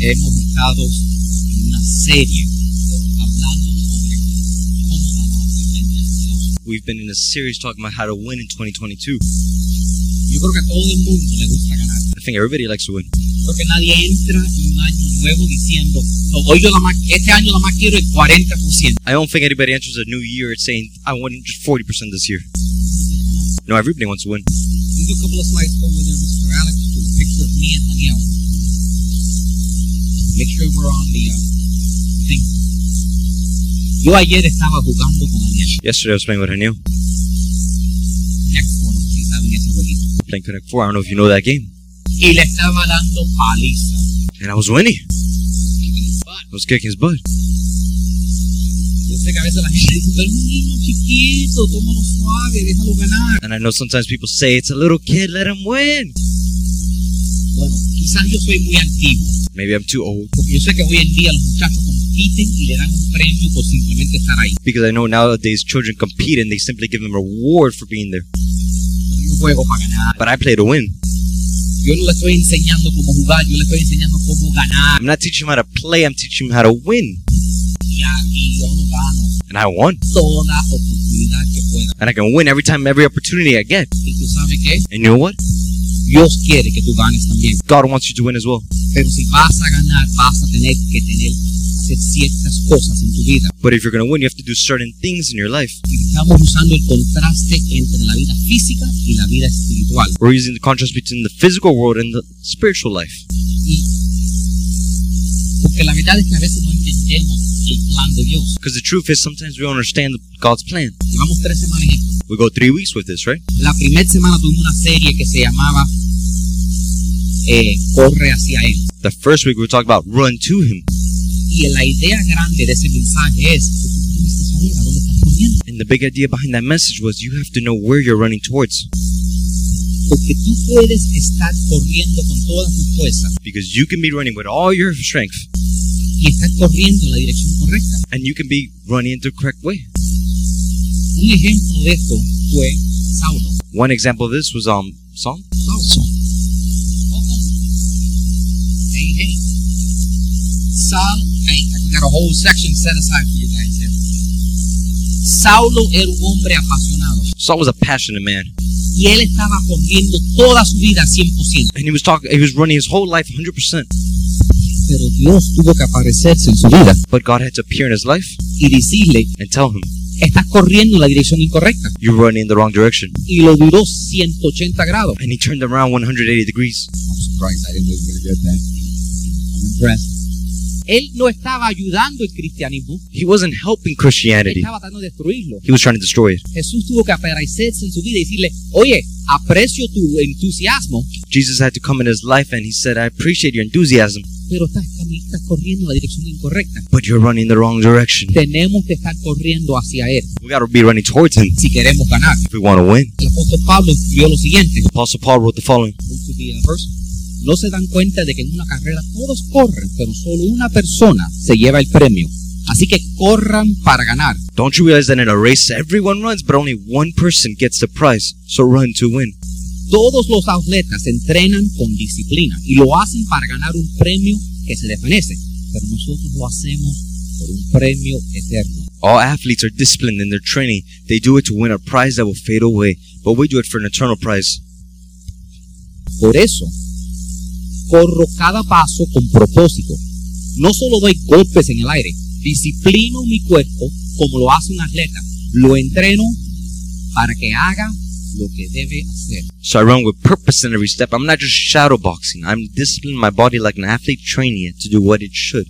hemos estado en una serie hablando sobre cómo ganar en 2022. We've been in a series talking about how to win in 2022. Yo creo que a todo el mundo le gusta ganar. I think everybody likes to win. Porque nadie entra en un año nuevo diciendo, "No, hoy yo la más, este año la más quiero el 40%. I don't think anybody enters a new year saying, I won just 40% this year. No, everybody wants to win. You do a couple of slides over there, Mr. Alex, to a picture of me and Daniel. Make sure we're on the uh, thing. Yo ayer estaba jugando con Daniel. Yesterday I was playing with Haniel, Next one, ustedes saben ese jueguito. playing Connect 4. I don't know if you know that game. Y le estaba dando paliza. And I was winning. But, I was kicking his butt. yo sé que a veces la gente dice, pero es un niño chiquito, tómalo suave, déjalo ganar. And I know sometimes people say, it's a little kid, let him win. Bueno, quizás yo soy muy antiguo. Maybe I'm too old Porque yo sé que hoy en día los muchachos compiten y le dan un premio por simplemente estar ahí. because I know nowadays children compete and they simply give them a reward for being there. Pero yo juego para ganar. But I play to win. Yo no le estoy enseñando cómo jugar, yo le estoy enseñando cómo ganar. I'm not teaching him how to play, I'm teaching him how to win. Y aquí yo no gano And I won. toda oportunidad que pueda. And I can win every time, every opportunity I get. Y tú sabes qué? And you know what? Dios quiere que tú ganes también. God wants you to win as well. Pero si vas a ganar, vas a tener que tener, hacer ciertas cosas en tu vida. But if you're going to win, you have to do certain things in your life. Y estamos usando el contraste entre la vida física y la vida espiritual. We're using the contrast between the physical world and the spiritual life. Y porque la verdad es que a veces no entendemos el plan de Dios. Because the truth is, sometimes we don't understand God's plan. Llevamos tres semanas en esto. We go three weeks with this, right? La primera semana tuvimos una serie que se llamaba eh, Corre hacia Él. The first week we were talking about run to Him. Y la idea grande de ese mensaje es que tú tienes que saber a dónde estás corriendo. And the big idea behind that message was you have to know where you're running towards. Porque tú puedes estar corriendo con toda tu fuerza Because you can be running with all your strength y estar corriendo en la dirección correcta. and you can be running the correct way. Un ejemplo de esto fue Saulo. One example of this was um Saul. Saulo. Ojo. Hey, hey. Saulo. Hey, I got a whole section set aside for you guys here. Saulo era un hombre apasionado. Saul was a passionate man, y él estaba corriendo toda su vida 100%. and he was talking. He was running his whole life 100%. Pero Dios tuvo que aparecerse en su vida But God had to appear in his life y decirle, and tell him estás corriendo en la dirección incorrecta. you're running in the wrong direction. Y lo duró 180 grados. And he turned around 180 degrees. I'm surprised I didn't know you were gonna get that. I'm impressed. Él no estaba ayudando el cristianismo, He wasn't helping él Christianity. estaba tratando de destruirlo. He was trying to destroy it. Jesús tuvo que aparecerse en su vida y decirle, oye, aprecio tu entusiasmo, Jesus had to come in his life and he said, I appreciate your enthusiasm, pero estás, cami- estás corriendo en la dirección incorrecta. but you're running the wrong direction. Tenemos que estar corriendo hacia Él We gotta be running towards him si queremos ganar. if we wanna win. El apóstol Pablo escribió lo siguiente. Apostle Paul wrote the following Move to the verse. No se dan cuenta de que en una carrera todos corren, pero solo una persona se lleva el premio. Así que corran para ganar. Don't you realize that in a race everyone runs, but only one person gets the prize? So run to win. Todos los atletas entrenan con disciplina y lo hacen para ganar un premio que se desvanece, pero nosotros lo hacemos por un premio eterno. All athletes are disciplined in their training. They do it to win a prize that will fade away, but we do it for an eternal prize. Por eso, corro cada paso con propósito. No solo doy golpes en el aire, disciplino mi cuerpo como lo hace un atleta. Lo entreno para que haga lo que debe hacer. So I run with purpose in every step. I'm not just shadow boxing. I'm disciplining my body like an athlete training it to do what it should.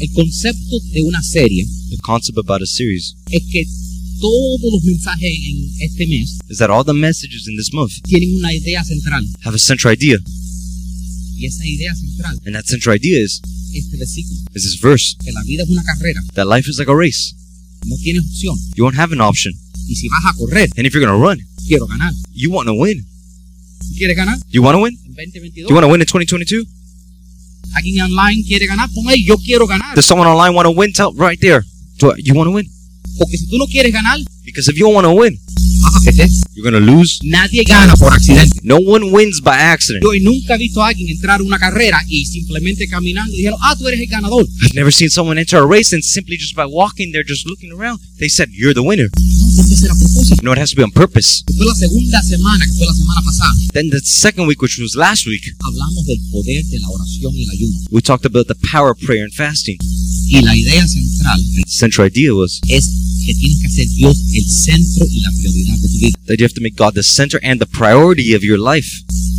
El concepto de una serie The concept about a series es que todos los mensajes en este mes is that all the messages in this month tienen una idea central. have a central idea. Y esa idea central And that central idea is, es este versículo, is this verse que la vida es una carrera, that life is like a race. no tienes opción. You won't have an option. Y si vas a correr, And if you're going to run, quiero ganar. you want to win. ¿Tú quieres ganar? You want to win? En Do 2022. you want to win in 2022? alguien online quiere ganar, pon ahí, yo quiero ganar. Does someone online want to win? Tell right there. Do you want to win? Porque si tú no quieres ganar, Because if you don't want to win, vas a vas a perder. You're going to lose. Nadie gana por accidente. No one wins by accident. Yo nunca he visto a alguien entrar a una carrera y simplemente caminando dijeron, ah, tú eres el ganador. I've never seen someone enter a race and simply just by walking there, just looking around, they said, You're the winner. No, tiene que ser a propósito. No, it has to be on purpose. Que Fue la segunda semana, que fue la semana pasada, Then the second week, which was last week, hablamos del poder de la oración y el ayuno. we talked about the power of prayer and fasting. Y la idea central The central idea was es que tienes que hacer Dios el centro y la prioridad de tu vida. that you have to make God the center and the priority of your life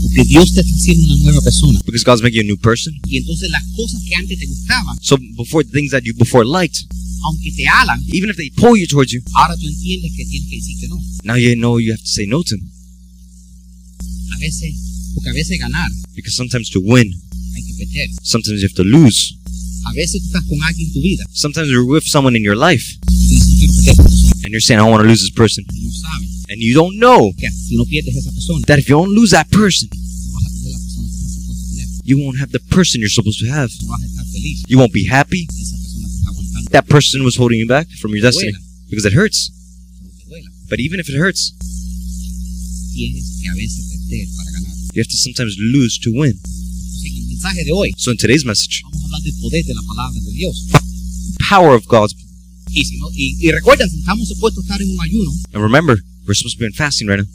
Porque Dios te está haciendo una nueva persona. because God's making you a new person. Y entonces las cosas que antes te gustaban, So before the things that you before liked, aunque te alan, even if they pull you towards you, ahora tú entiendes que tienes que decir que no. now you know you have to say no to them A veces, porque a veces ganar because sometimes to win, hay que perder. sometimes you have to lose. A veces tú estás con alguien en tu vida Sometimes you're with someone in your life y tú dices, "Yo quiero perder esta persona. and you're saying, I want to lose this person. Y no sabes And you don't know que si no pierdes a esa persona, that if you don't lose that person, no vas a tener la persona que estás supuesto a tener. you won't have the person you're supposed to have. No vas a estar feliz. You won't be happy. Esa persona te está aguantando. That person was holding you back from your destiny Duela, because it hurts. pero te duela. But even if it hurts, Tienes que a veces perder para ganar. you have to sometimes lose to win. Entonces, en el mensaje de hoy, So in today's message, vamos a hablar del poder de la palabra de Dios. power of God's Y, si no- y, y recuerden, si estamos supuestos a estar en un ayuno, and remember, we're supposed to be in fasting right now.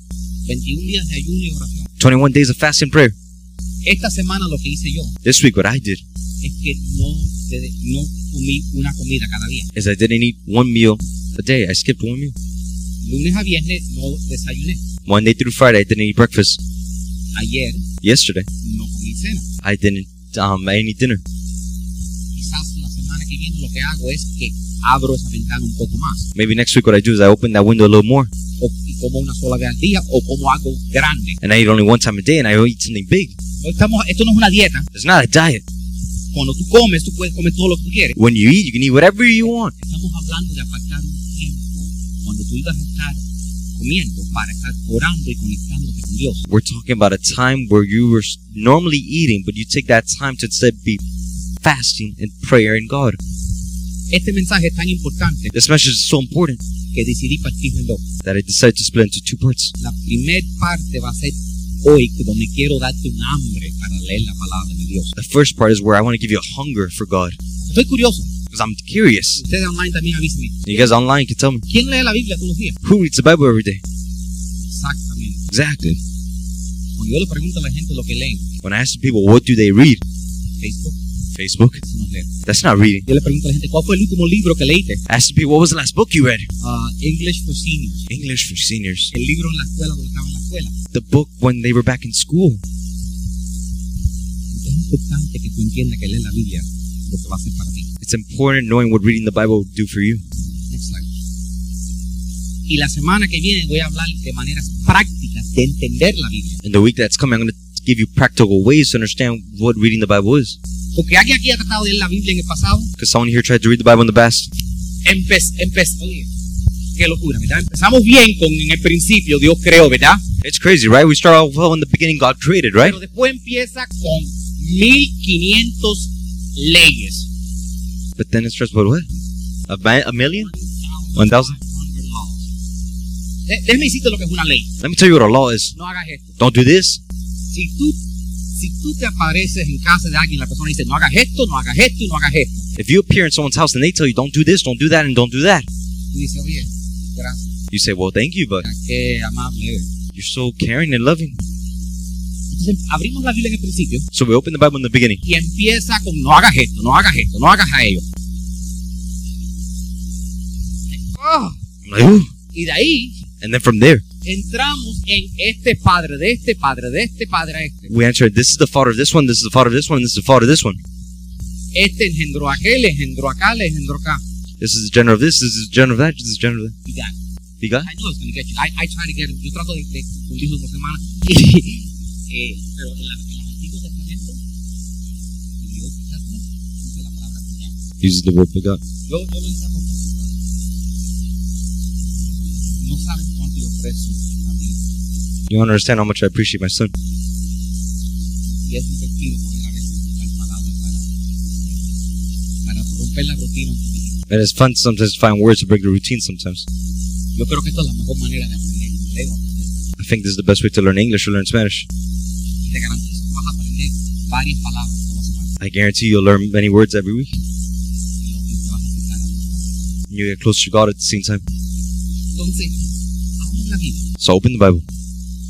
21 días de ayuno y oración. 21 days of fasting prayer. Esta semana lo que hice yo This week, what I did es que no, de- no comí una comida cada día. is I didn't eat one meal a day. I skipped one meal. Lunes a viernes no desayuné. Monday through Friday, I didn't eat breakfast. Ayer Yesterday, no comí cena. I didn't. Um, I didn't eat dinner. Quizás la semana que viene lo que hago es que abro esa ventana un poco más. Maybe next week, what I do is I open that window a little more, O, y como una sola vez al día o como algo grande. and I eat only one time a day, and I eat something big. No estamos, esto no es una dieta. It's not a diet. Cuando tú comes, tú puedes comer todo lo que tú quieres. When you eat, you can eat whatever you want. Estamos hablando de apartar un tiempo cuando tú ibas a estar comiendo para estar orando y conectándote con Dios. We're talking about a time where you were s- normally eating, but you take that time to instead be fasting and prayer in God. Este mensaje es tan importante This message is so important que decidí partirlo en dos. that I decided to split into two parts. La primer parte va a ser hoy, que donde quiero darte un hambre para leer la palabra de Dios. The first part is where I want to give you a hunger for God Estoy curioso. because I'm curious. Ustedes online también avísenme. You guys online can tell me ¿Quién lee la Biblia todos los días? who reads the Bible every day. Exactamente. Exactly. Cuando yo le pregunto a la gente lo que leen, When I ask people what do they read, Facebook, Facebook, eso no es leer. that's not reading. Yo le pregunto a la gente, ¿cuál fue el último libro que leíste? Ask people what was the last book you read. Ah, English for Seniors. English for seniors. El libro en la escuela cuando estaba en la escuela. The book when they were back in school. Es importante que tú entiendas que leer la Biblia lo que va a hacer para ti. It's important knowing what reading the Bible would do for you. Next slide. Y la semana que viene voy a hablar de maneras prácticas de entender la Biblia. In the week that's coming, I'm going to give you practical ways to understand what reading the Bible is. Porque alguien aquí ha tratado de leer la Biblia en el pasado. Because someone here tried to read the Bible in the past. Empezó, oye, qué locura, ¿verdad? Empezamos bien con en el principio, Dios creó, ¿verdad? It's crazy, right? We start off well in the beginning, God created, right? Pero después empieza con 1500 leyes. But then it starts with what? A, ba- a million? 1000. De- Déjame decirte lo que es una ley. Let me tell you what a law is. No hagas esto. Don't do this. Si tú, si tú te apareces en casa de alguien, la persona dice, no hagas esto, no hagas esto y no hagas esto. If you appear in someone's house and they tell you, don't do this, don't do that, and don't do that, Tú dices, oye, gracias, you say, well, thank you, but qué amable eres. you're so caring and loving. Entonces abrimos la Biblia en el principio So we open the Bible in the beginning. y empieza con no hagas esto, no hagas esto, no hagas a ello. Ah, I'm like, ooh. y de ahí And then from there, entramos en este padre, de este padre, de este padre a este. we answer, this is the father of this one, this is the father of this one, this is the father of this one. Este engendró a aquel, engendró acá, le engendró acá. This is the gender of this, this is the gender of that, this is the gender of that. Y ya. You got? I know it's gonna get you. I, I try to get it. Yo trato de, de cumplirlo dos semanas. eh, pero en, la, en los antiguos testamentos, en el Old Testament, usa la palabra cuidar. Uses the word pick up. Yo, yo lo hice a propósito. ¿eh? No saben cuánto yo precio a mí. You don't understand how much I appreciate my son. Y es divertido poder a veces buscar palabras para, para romper la rutina un poquitito. And it's fun sometimes to find words to break the routine sometimes. Yo creo que esta es la mejor manera de aprender. inglés o aprender español. I think this is the best way to learn English or learn Spanish. Y te garantizo que vas a aprender varias palabras por la semana. I guarantee you'll learn many words every week. Y lo- y te vas a acercar a Dios. and You get closer to God at the same time. Entonces, abran la Biblia. So open the Bible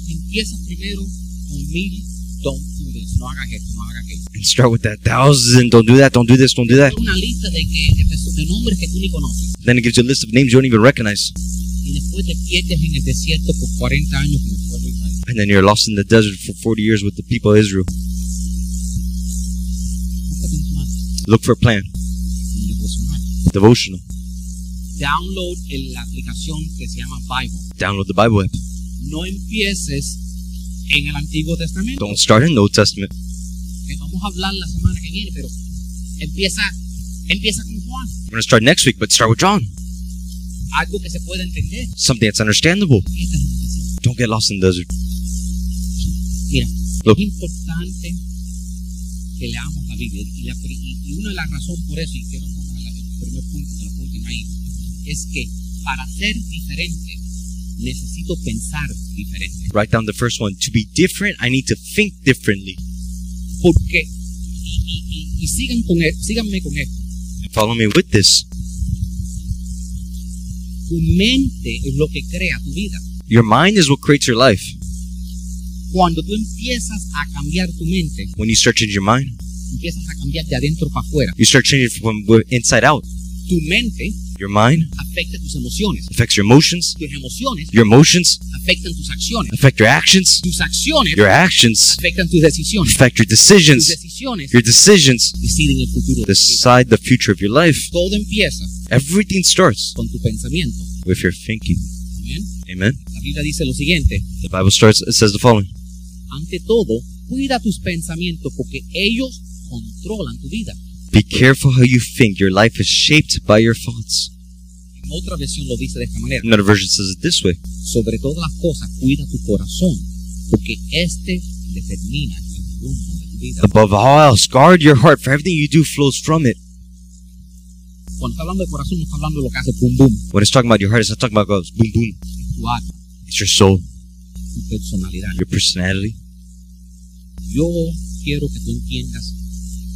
Empiezas primero con mil don't do this. No hagas esto, no hagas aquello. and start with that thousands and don't do that, don't do this, don't do that. Es una lista de, que, de perso- de nombres que tú ni conoces. Then it gives you a list of names you don't even recognize. Y después te pierdes en el desierto por 40 años con el pueblo de Israel. And then you're lost in the desert for 40 years with the people of Israel. Búscate un plan, Look for a plan. un devocional. Devotional. Download en la aplicación que se llama Bible. Download the Bible app. No empieces en el Antiguo Testamento. Don't start in the Old Testament. que vamos a hablar la semana que viene, pero empieza, empieza con Juan. We're going to start next week, but start with John. Algo que se pueda entender. Something that's understandable. Esta es la necesidad. Don't get lost in the desert. Mira, Look. es importante que leamos la Biblia. Y, la pri- y- y una de las razones por eso, y quiero poner la- el primer punto que lo apunten ahí, es que para ser diferente necesito pensar diferente. Write down the first one. To be different, I need to think differently. Porque, y, y- y- y sigan con e- síganme con esto, And follow me with this. tu mente es lo que crea tu vida. Your mind is what creates your life. Cuando tú empiezas a cambiar tu mente, When you start changing your mind, empiezas a cambiar de adentro para afuera. you start changing from wi- inside out. Tu mente Your mind afecta tus emociones. affects your emotions. Tus emociones Your emotions afectan tus acciones. affect your actions. Tus acciones Your actions afectan tus decisiones. affect your Tus decisions. decisiones Your decisions deciden el futuro de tu vida. decide the future of your life. Todo empieza Everything starts con tu pensamiento. with your thinking. Amén. Amen. La Biblia dice lo siguiente. The Bible starts. It says the following: Ante todo, cuida tus pensamientos porque ellos controlan tu vida. Be careful how you think. Your life is shaped by your thoughts. En otra versión lo dice de esta manera. Another version says it this way: Sobre todas las cosas, cuida tu corazón porque este determina el rumbo de tu vida. Above all else, guard your heart, for everything you do flows from it. Cuando está hablando de corazón, no está hablando de lo que hace boom boom. When it's talking about your heart, it's not talking about God's boom boom. Es tu alma, It's your soul, tu personalidad. your personality. Yo quiero que tú entiendas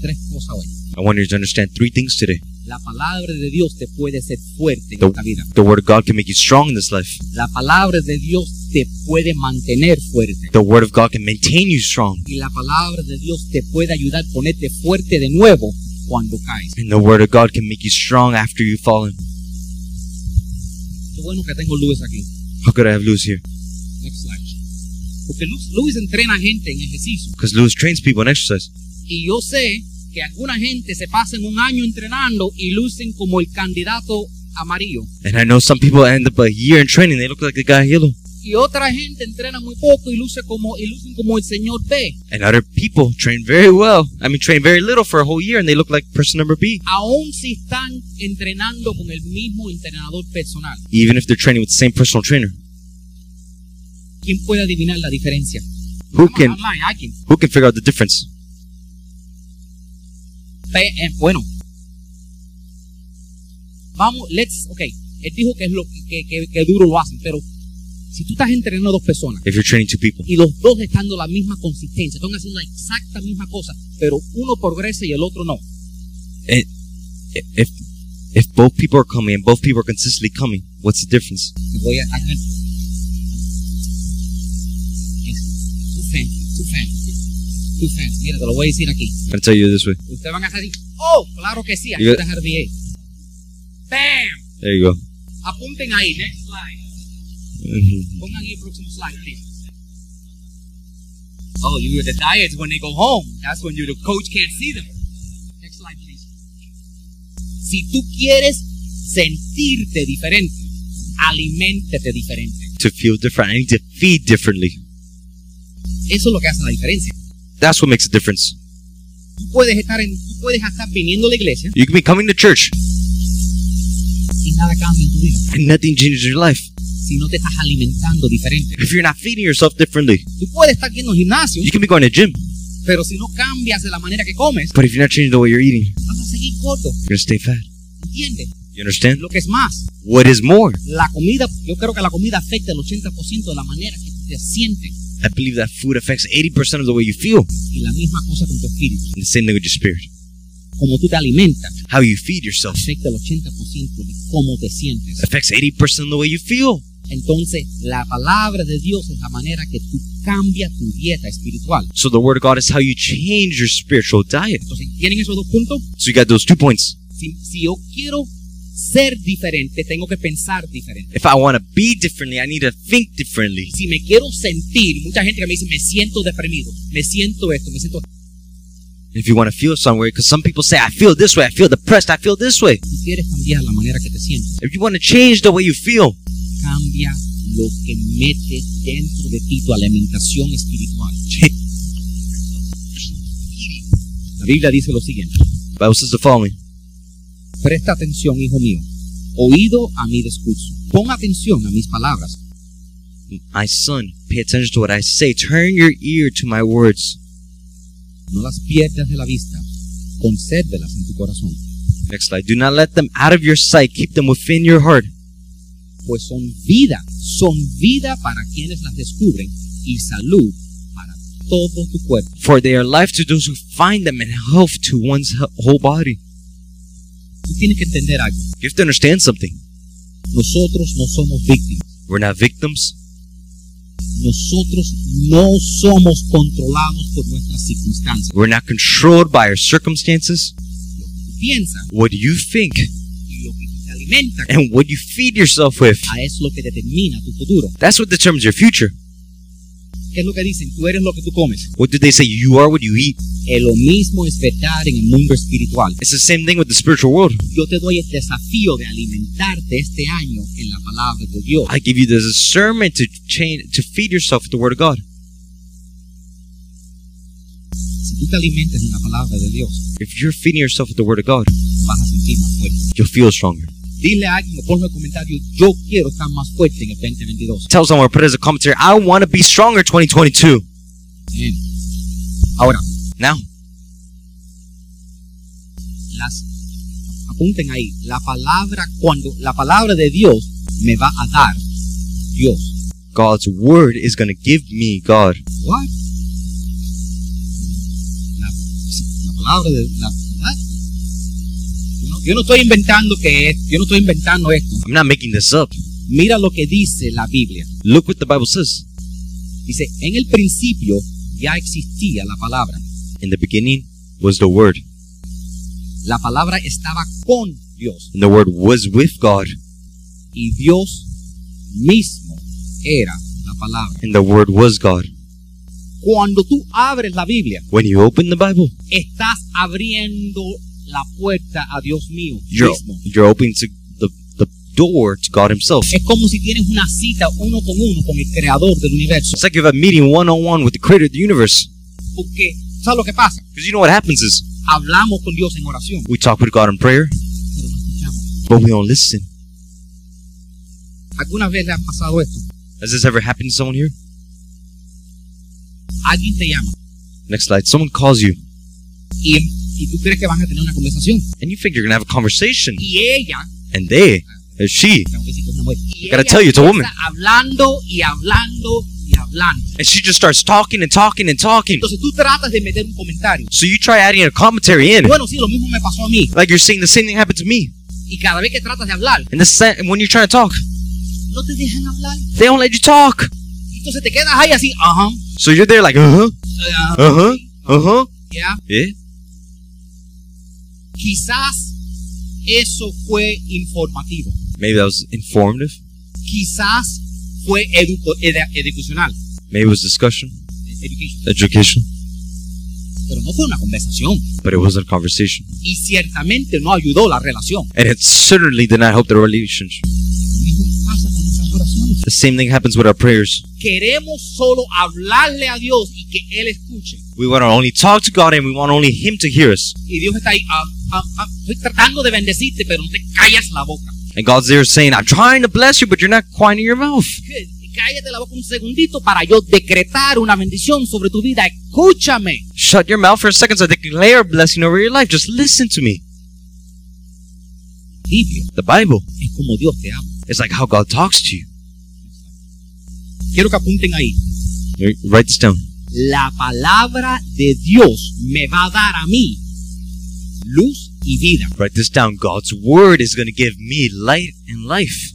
tres cosas hoy. I want you to understand three things today. La palabra de Dios te puede hacer fuerte en The- esta vida. The Word of God can make you strong in this life. La palabra de Dios te puede mantener fuerte. The Word of God can maintain you strong. Y la palabra de Dios te puede ayudar a ponerte fuerte de nuevo cuando caes. And the Word of God can make you strong after you've fallen. Qué bueno que tengo Luis aquí. How could I have Lewis here? Next slide. Porque Luis, Luis entrena gente en ejercicio. Because Lewis trains people in exercise. Y yo sé que alguna gente se pasan un año entrenando y lucen como el candidato amarillo. And I know some people end up a year in training, they look like the guy in yellow. y otra gente entrena muy poco y luce como y lucen como el señor B. And other people train very well. I mean, train very little for a whole year and they look like person number B. Aún si están entrenando con el mismo entrenador personal, Even if they're training with the same personal trainer. ¿quién puede adivinar la diferencia? Who Come on, can, online, alguien. who can figure out the difference? Pe- eh, bueno, vamos, let's, ok. Él dijo que es lo que, que- que duro lo hacen, pero si tú estás entrenando a dos personas If you're training two people. y los dos están dando la misma consistencia, están haciendo la exacta misma cosa, pero uno progresa y el otro no. I- If, if both people are coming and both people are consistently coming, what's the difference? Te voy a hacer. Es tu fan, tu fan, tu fan. Mira, te lo voy a decir aquí. I'm gonna tell you this way. Y Ustedes van a hacer así. Oh, claro que sí. Aquí Yo- está RBA. Bam. There you go. Apunten ahí. Next slide. Mhm. Pongan ahí el próximo slide, please. Oh, you do the diets when they go home. That's when you the coach can't see them. Next slide, please. Si tú quieres sentirte diferente, aliméntate diferente. To feel different, I need to feed differently. Eso es lo que hace la diferencia. That's what makes a difference. Tú puedes estar en, tú puedes estar viniendo a la iglesia You can be coming to church y nada cambia en tu vida and nothing changes your life. si no te estás alimentando diferente. If you're not feeding yourself differently, Tú puedes estar yendo al gimnasio, you can be going to gym. pero si no cambias de la manera que comes, But if you're not changing the way you're eating, vas a seguir corto, you're gonna stay fat. ¿entiendes? You understand? Lo que es más, What is more? la comida, yo creo que la comida afecta el 80% de la manera que tú te sientes I believe that food affects 80% of the way you feel. y la misma cosa con tu espíritu. The same thing with your spirit. Como tú te alimentas, How you feed yourself afecta el 80% de cómo te sientes. affects 80% of the way you feel. Entonces, la palabra de Dios es la manera que tú cambias tu dieta espiritual. So the word of God is how you change your spiritual diet. Entonces, ¿tienen esos dos puntos? So you got those two points. Si, si yo quiero ser diferente, tengo que pensar diferente. If I want to be differently, I need to think differently. Si me quiero sentir, mucha gente que me dice, me siento deprimido, me siento esto, me siento... If you want to feel somewhere, because some people say, I feel this way, I feel depressed, I feel this way. Si quieres cambiar la manera que te sientes, If you want to change the way you feel, cambia lo que metes dentro de ti, tu alimentación espiritual. La Biblia dice lo siguiente. the Bible says the following. Presta atención, hijo mío. Oído a mi discurso. Pon atención a mis palabras. My son, pay attention to what I say. Turn your ear to my words. No las pierdas de la vista. Consérvelas en tu corazón, Next slide. Do not let them out of your sight. Keep them within your heart. pues son vida, son vida para quienes las descubren y salud para todo tu cuerpo. For they are life to those who find them and health to one's he- whole body. Tú tienes que entender algo. You have to understand something. Nosotros no somos víctimas. We're not victims. Nosotros no somos controlados por nuestras circunstancias. We're not controlled by our circumstances. Lo que tú piensas What do you think y lo que tú te alimentas, and what you feed yourself with? ah, es lo que determina tu futuro. That's what determines your future. ¿Qué es lo que dicen? Tú eres lo que tú comes. What did they say? You are what you eat. Eh, lo mismo es verdad en el mundo espiritual. It's the same thing with the spiritual world. Yo te doy el desafío de alimentarte este año en la palabra de Dios. I give you the discernment to change, to feed yourself with the Word of God. Si tú te alimentas en la palabra de Dios, If you're feeding yourself with the Word of God, te vas a sentir más fuerte. you'll feel stronger. Dile a alguien o ponlo en el comentario, yo quiero estar más fuerte en el 2022. Tell someone, put it as a commentary. I want to be stronger 2022. Amén. Ahora, Now, las apunten ahí. La palabra, cuando la palabra de Dios me va a dar Dios. God's Word is going to give me God. What? La, la palabra de la ¿what? Yo no, yo no estoy inventando que es, yo no estoy inventando esto. I'm not making this up. Mira lo que dice la Biblia. Look what the Bible says. Dice, en el principio ya existía la palabra. In the beginning was the Word, La palabra estaba con Dios and the Word was with God, y Dios mismo era la palabra. and the Word was God. Cuando tú abres la Biblia, When you open the Bible, estás abriendo la puerta a Dios mío you're, mismo. you're opening to the, the door to God Himself. Es como si tienes una cita uno con uno con el creador del universo. It's like you have a meeting one on one with the creator of the universe. Porque, ¿sabes lo que pasa? Because you know what happens is Hablamos con Dios en oración, we talk with God in prayer, pero no escuchamos. but we don't listen. ¿Alguna vez le han pasado esto? Has this ever happened to someone here? Alguien te llama Next slide. Someone calls you, y, y tú crees que van a tener una conversación. and you think you're going to have a conversation, Y ella and they, and she, Tengo que decir que es una mujer. Y I gotta ella tell you, it's a woman. empieza Hablando y hablando y hablando. and she just starts talking and talking and talking. Entonces tú tratas de meter un comentario. So you try adding a commentary in. Bueno, sí, lo mismo me pasó a mí. Like you're saying the same thing happened to me. Y cada vez que tratas de hablar, And the sa- and when you're trying to talk, no te dejan hablar. they don't let you talk. Entonces te quedas ahí así, ajá, So you're there like, uh huh, eh, uh huh, uh huh. ya. Yeah. Quizás eso fue informativo. Maybe that was informative. Quizás fue educo- ed- educacional. Maybe it was discussion, Education. educational, Pero no fue una conversación. but it wasn't a conversation. Y ciertamente no ayudó la relación. And it certainly did not help the relationship. Lo mismo pasa con nuestras oraciones. The same thing happens with our prayers. Queremos solo hablarle a Dios y que Él escuche. We want to only talk to God and we want only Him to hear us. Y Dios está ahí, ah, ah, ah, estoy tratando de bendecirte, pero no te callas la boca. And God's there saying, I'm trying to bless you, but you're not quieting your mouth. Que- Cállate la boca un segundito para yo decretar una bendición sobre tu vida. Escúchame. Shut your mouth for a second so I declare a blessing over your life. Just listen to me. Biblia The Bible. es como Dios te habla. It's like how God talks to you. Quiero que apunten ahí. Write- Write this down. La palabra de Dios me va a dar a mí luz y vida. Write this down. God's word is going to give me light and life.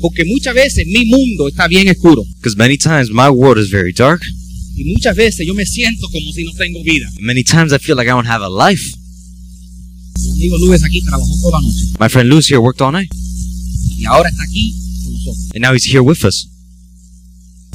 Porque muchas veces mi mundo está bien oscuro. Because many times my world is very dark. Y muchas veces yo me siento como si no tengo vida. Many times I feel like I don't have a life. Mi amigo Luis aquí trabajó toda la noche. My friend Lewis here worked all night, Y ahora está aquí con nosotros. and now he's here with us.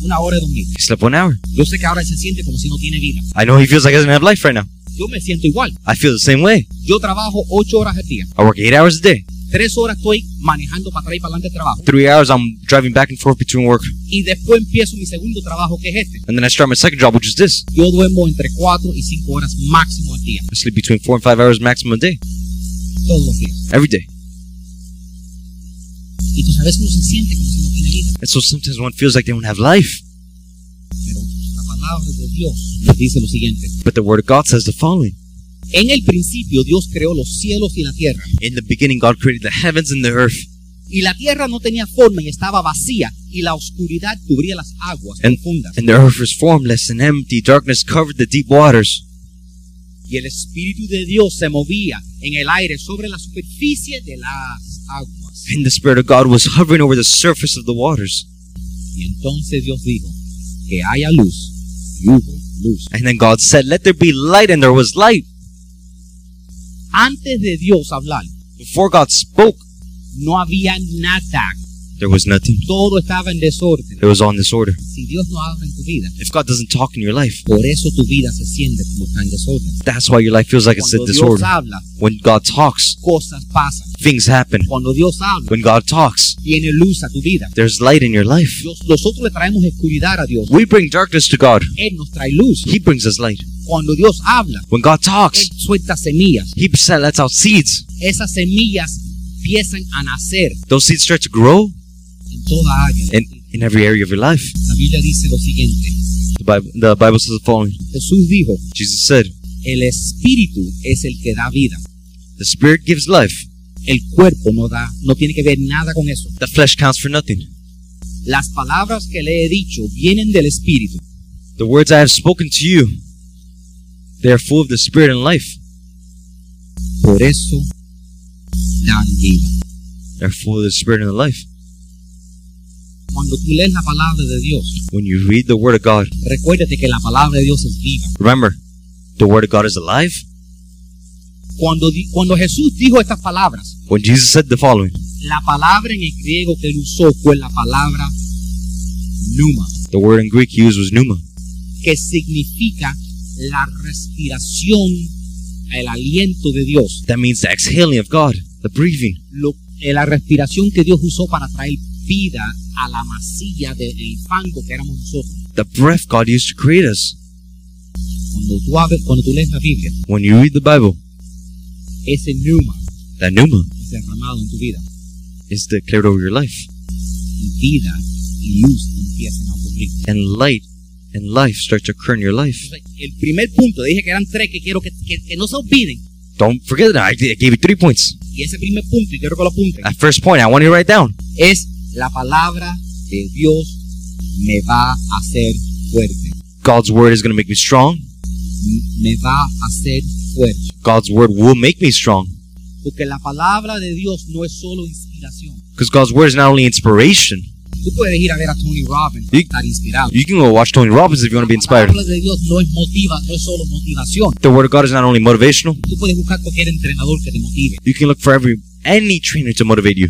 Una hora y dos mil. He slept one hour. Yo sé que ahora él se siente como si no tiene vida. I know he feels like he doesn't have life right now. Yo me siento igual. I feel the same way. Yo trabajo ocho horas al día. I work eight hours a day. Tres horas estoy manejando para atrás y para adelante el trabajo. Three hours I'm driving back and forth between work, Y después empiezo mi segundo trabajo, que es este. and then I start my second job, which is this. Yo duermo entre cuatro y cinco horas máximo al día. I sleep between four and five hours maximum a day, Todos los días. every day. Y entonces a veces uno se siente como si no tiene vida. And so sometimes one feels like they don't have life. Pero la palabra de Dios nos dice lo siguiente. But the word of God says the following: En el principio Dios creó los cielos y la tierra. In the beginning, God created the heavens and the earth, Y la tierra no tenía forma y estaba vacía, y la oscuridad cubría las aguas En- profundas. and the earth was formless and empty. Darkness covered the deep waters, Y el Espíritu de Dios se movía en el aire sobre la superficie de las aguas. and the Spirit of God was hovering over the surface of the waters. Y entonces Dios dijo, que haya luz, y hubo luz. And then God said, Let there be light, and there was light. Antes de Dios hablar, Before God spoke, no había nada, there was nothing. todo estaba en desorden. It was all in disorder. Si Dios no habla en tu vida, If God doesn't talk in your life, por eso tu vida se siente como está en desorden. that's why your life feels like it's in Cuando Dios disorder. habla, When God talks, cosas pasan. things happen. Cuando Dios habla, When God talks, tiene luz a tu vida. there's light in your life. Dios- nosotros le traemos oscuridad a Dios. We bring darkness to God. Él nos trae luz. He brings us light. Cuando Dios habla, When God talks, Él suelta semillas. He sa- lets out seeds. Esas semillas empiezan a nacer Those seeds start to grow en toda área. in, in every area of your life. La Biblia dice lo siguiente. The Bible, the Bible says the following Jesús dijo, Jesus said, el espíritu es el que da vida. The Spirit gives life, El cuerpo no da, no tiene que ver nada con eso. the flesh counts for nothing. Las palabras que le he dicho vienen del espíritu. The words I have spoken to you, they are full of the Spirit and life. Por eso dan vida. They're full of the Spirit and the life. Cuando tú lees la palabra de Dios, When you read the Word of God, recuérdate que la palabra de Dios es viva. remember, the Word of God is alive. Cuando, di- cuando Jesús dijo estas palabras, When Jesus said the following, la palabra en el griego que él usó fue la palabra pneuma, the word in Greek used was pneuma, que significa la respiración, el aliento de Dios. That means the exhaling of God, the breathing. lo- eh, la respiración que Dios usó para traer vida a la masilla del fango que éramos nosotros. The breath God used to create us. Cuando tú, abres- cuando tú lees la Biblia, When you read the Bible, ese pneuma that pneuma es derramado en tu vida. is declared over your life. Y vida y luz empiezan a ocurrir. And light and life start to occur in your life. Entonces, el primer punto, dije que eran tres que quiero que, que- que no se olviden. Don't forget that. I I gave you three points. Y ese primer punto, y quiero que lo apunten, That first point, I want you to write down. es la palabra de Dios me va a hacer fuerte. God's word is going to make me strong. M- Me va a hacer fuerte. God's word will make me strong. Porque la palabra de Dios no es solo inspiración. Because God's word is not only inspiration. Tú puedes ir a ver a Tony Robbins para Sí. estar inspirado. You can go watch Tony Robbins if you want to be La inspired. palabra de Dios no es motiva, no es solo motivación. The word of God is not only motivational. Tú puedes buscar cualquier entrenador que te motive, You can look for every any trainer to motivate you.